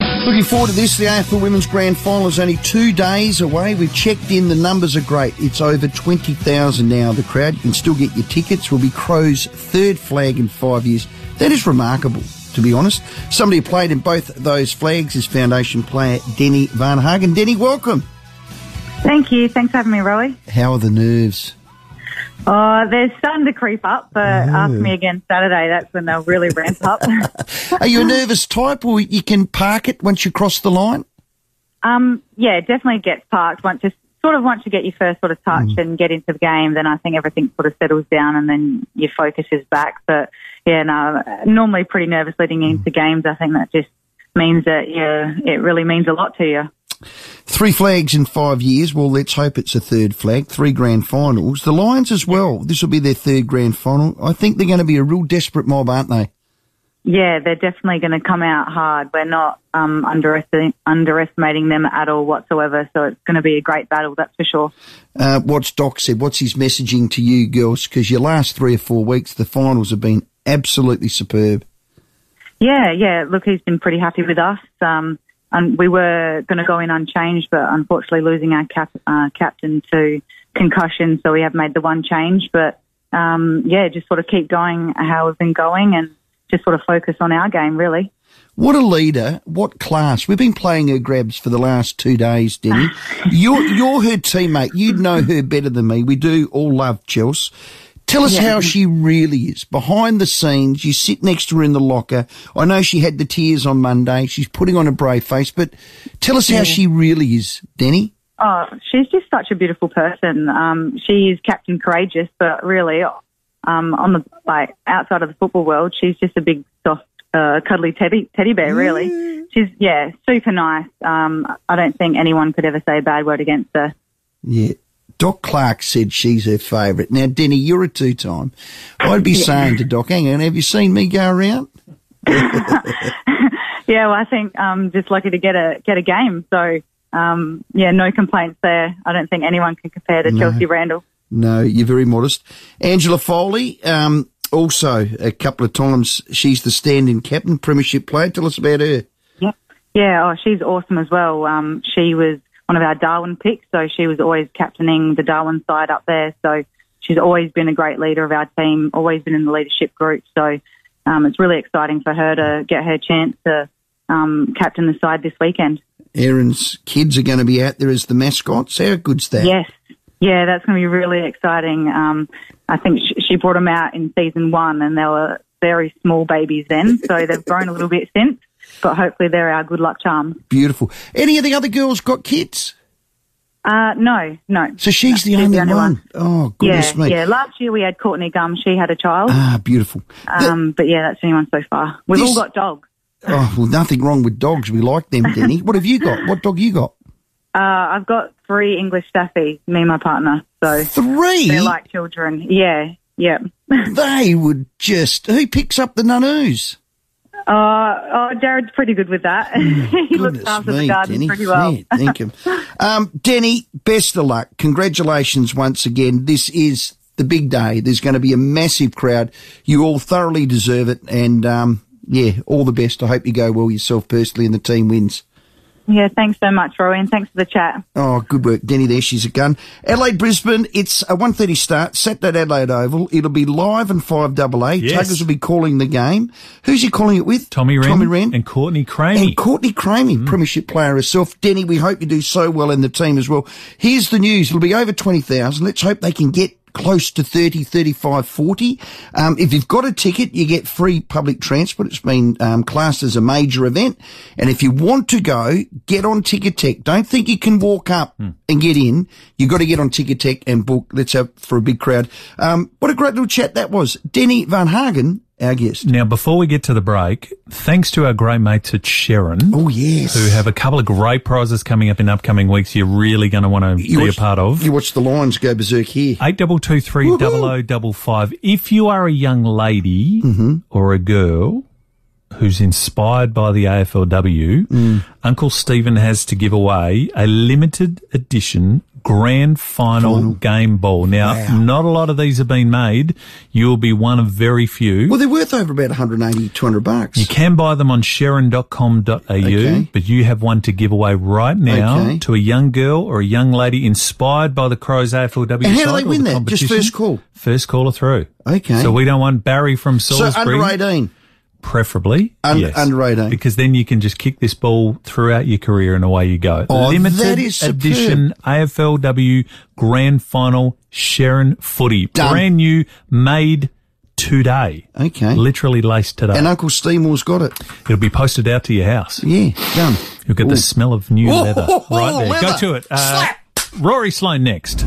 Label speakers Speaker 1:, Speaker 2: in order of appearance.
Speaker 1: Looking forward to this. The AFL Women's Grand Final is only two days away. We've checked in. The numbers are great. It's over 20,000 now, the crowd. You can still get your tickets. Will be Crow's third flag in five years. That is remarkable, to be honest. Somebody who played in both those flags is foundation player Denny Van Hagen. Denny, welcome.
Speaker 2: Thank you. Thanks for having me, Roy.
Speaker 1: How are the nerves?
Speaker 2: Oh, they're starting to creep up, but ask me again Saturday. That's when they'll really ramp up.
Speaker 1: Are you a nervous type or you can park it once you cross the line?
Speaker 2: um, yeah, it definitely gets parked once you sort of once you get your first sort of touch and get into the game. Then I think everything sort of settles down and then your focus is back. But yeah, no, normally pretty nervous leading into games. I think that just means that yeah, it really means a lot to you.
Speaker 1: Three flags in five years. Well, let's hope it's a third flag. Three grand finals. The Lions as well. This will be their third grand final. I think they're going to be a real desperate mob, aren't they?
Speaker 2: Yeah, they're definitely going to come out hard. We're not um, underestimating, underestimating them at all whatsoever. So it's going to be a great battle, that's for sure.
Speaker 1: Uh, what's Doc said? What's his messaging to you girls? Because your last three or four weeks, the finals have been absolutely superb.
Speaker 2: Yeah, yeah. Look, he's been pretty happy with us. Um, and we were going to go in unchanged, but unfortunately losing our cap, uh, captain to concussion, so we have made the one change. But um, yeah, just sort of keep going how we've been going and just sort of focus on our game, really.
Speaker 1: What a leader! What class! We've been playing her grabs for the last two days, Denny. you're you're her teammate. You'd know her better than me. We do all love Chelsea. Tell us how she really is behind the scenes. You sit next to her in the locker. I know she had the tears on Monday. She's putting on a brave face, but tell us how she really is, Denny.
Speaker 2: Oh, she's just such a beautiful person. Um, she is Captain Courageous, but really, um, on the like outside of the football world, she's just a big soft, uh, cuddly teddy teddy bear. Really, she's yeah, super nice. Um, I don't think anyone could ever say a bad word against her.
Speaker 1: Yeah. Doc Clark said she's her favourite. Now, Denny, you're a two time. I'd be saying to Doc, hang on, have you seen me go around?
Speaker 2: Yeah, well, I think um, just lucky to get a get a game. So um, yeah, no complaints there. I don't think anyone can compare to Chelsea Randall.
Speaker 1: No, you're very modest. Angela Foley, um, also a couple of times, she's the stand in captain, premiership player. Tell us about her.
Speaker 2: Yeah, yeah. Oh, she's awesome as well. Um, she was one of our Darwin picks, so she was always captaining the Darwin side up there. So she's always been a great leader of our team, always been in the leadership group. So um, it's really exciting for her to get her chance to um, captain the side this weekend.
Speaker 1: Aaron's kids are going to be out there as the mascots. How good's that?
Speaker 2: Yes. Yeah, that's going to be really exciting. Um, I think she, she brought them out in season one and they were very small babies then. So they've grown a little bit since, but hopefully they're our good luck charms.
Speaker 1: Beautiful. Any of the other girls got kids?
Speaker 2: Uh, no, no.
Speaker 1: So she's the only,
Speaker 2: only
Speaker 1: one. Oh, goodness
Speaker 2: yeah,
Speaker 1: me.
Speaker 2: yeah. Last year we had Courtney Gum. She had a child.
Speaker 1: Ah, beautiful. Th-
Speaker 2: Um, but yeah, that's the only one so far. We've
Speaker 1: This-
Speaker 2: all got dogs.
Speaker 1: oh, well, nothing wrong with dogs. We like them, Denny. What have you got? What dog you got?
Speaker 2: Uh, I've got three English staffies, me and my partner. So
Speaker 1: Three.
Speaker 2: they're like children. Yeah, yeah.
Speaker 1: They would just. Who picks up the nunnoos?
Speaker 2: Uh, oh, Jared's pretty good with that. he looks
Speaker 1: Goodness
Speaker 2: after
Speaker 1: me,
Speaker 2: the garden
Speaker 1: Denny.
Speaker 2: pretty well.
Speaker 1: Yeah, thank him. um, Denny, best of luck. Congratulations once again. This is the big day. There's going to be a massive crowd. You all thoroughly deserve it. And um, yeah, all the best. I hope you go well yourself personally and the team wins.
Speaker 2: Yeah, thanks so much, Roy, and thanks for the chat.
Speaker 1: Oh, good work, Denny. There, she's a gun. Adelaide, Brisbane. It's a one thirty start. Saturday, at Adelaide Oval. It'll be live and five double A.
Speaker 3: Yes.
Speaker 1: Tuggers will be calling the game. Who's he calling it with?
Speaker 3: Tommy Wren,
Speaker 1: Tommy Wren.
Speaker 3: and Courtney
Speaker 1: And
Speaker 3: Craney.
Speaker 1: Courtney Cramey, Premiership player herself. Denny, we hope you do so well in the team as well. Here's the news. It'll be over 20,000. Let's hope they can get close to 30, 35, 40. Um, if you've got a ticket, you get free public transport. It's been um, classed as a major event. And if you want to go, get on Ticket Tech. Don't think you can walk up and get in. You've got to get on Ticket Tech and book. Let's have for a big crowd. Um, what a great little chat that was. Denny Van Hagen, our guest.
Speaker 3: now, before we get to the break, thanks to our great mates at Sharon,
Speaker 1: Oh, yes.
Speaker 3: who have a couple of great prizes coming up in upcoming weeks you're really going to want to be a part of.
Speaker 1: You watch the Lions go berserk here.
Speaker 3: Eight double two three double o double five. If you are a young lady or a girl who's inspired by the AFLW, Uncle Stephen has to give away a limited edition grand final, game ball. Now, not a lot of these have been made. You'll be one of very few.
Speaker 1: Well, they're worth over about 180, 200 bucks.
Speaker 3: You can buy them on sharon.com.au,
Speaker 1: Okay.
Speaker 3: but you have one to give away right now
Speaker 1: Okay.
Speaker 3: to a young girl or a young lady inspired by the Crows AFLW.
Speaker 1: And how do
Speaker 3: side
Speaker 1: they
Speaker 3: or
Speaker 1: win
Speaker 3: the
Speaker 1: that? Just
Speaker 3: competition.
Speaker 1: first call?
Speaker 3: First caller through.
Speaker 1: Okay.
Speaker 3: So we don't want Barry from
Speaker 1: so
Speaker 3: Salisbury,
Speaker 1: under 18.
Speaker 3: preferably.
Speaker 1: Under-
Speaker 3: yes.
Speaker 1: under 18.
Speaker 3: Because then you can just kick this ball throughout your career and away you go.
Speaker 1: Oh,
Speaker 3: Limited
Speaker 1: that is superb.
Speaker 3: edition AFLW Grand Final Sharon Footy.
Speaker 1: Done.
Speaker 3: Brand new, made today.
Speaker 1: Okay.
Speaker 3: Literally laced today.
Speaker 1: And Uncle Steemore's got it.
Speaker 3: It'll be posted out to your house.
Speaker 1: Yeah, done.
Speaker 3: You'll get the smell of new
Speaker 1: Ooh,
Speaker 3: leather
Speaker 1: ho, ho,
Speaker 3: right there.
Speaker 1: leather.
Speaker 3: Go to it. Uh,
Speaker 1: Slap.
Speaker 3: Rory Sloan next.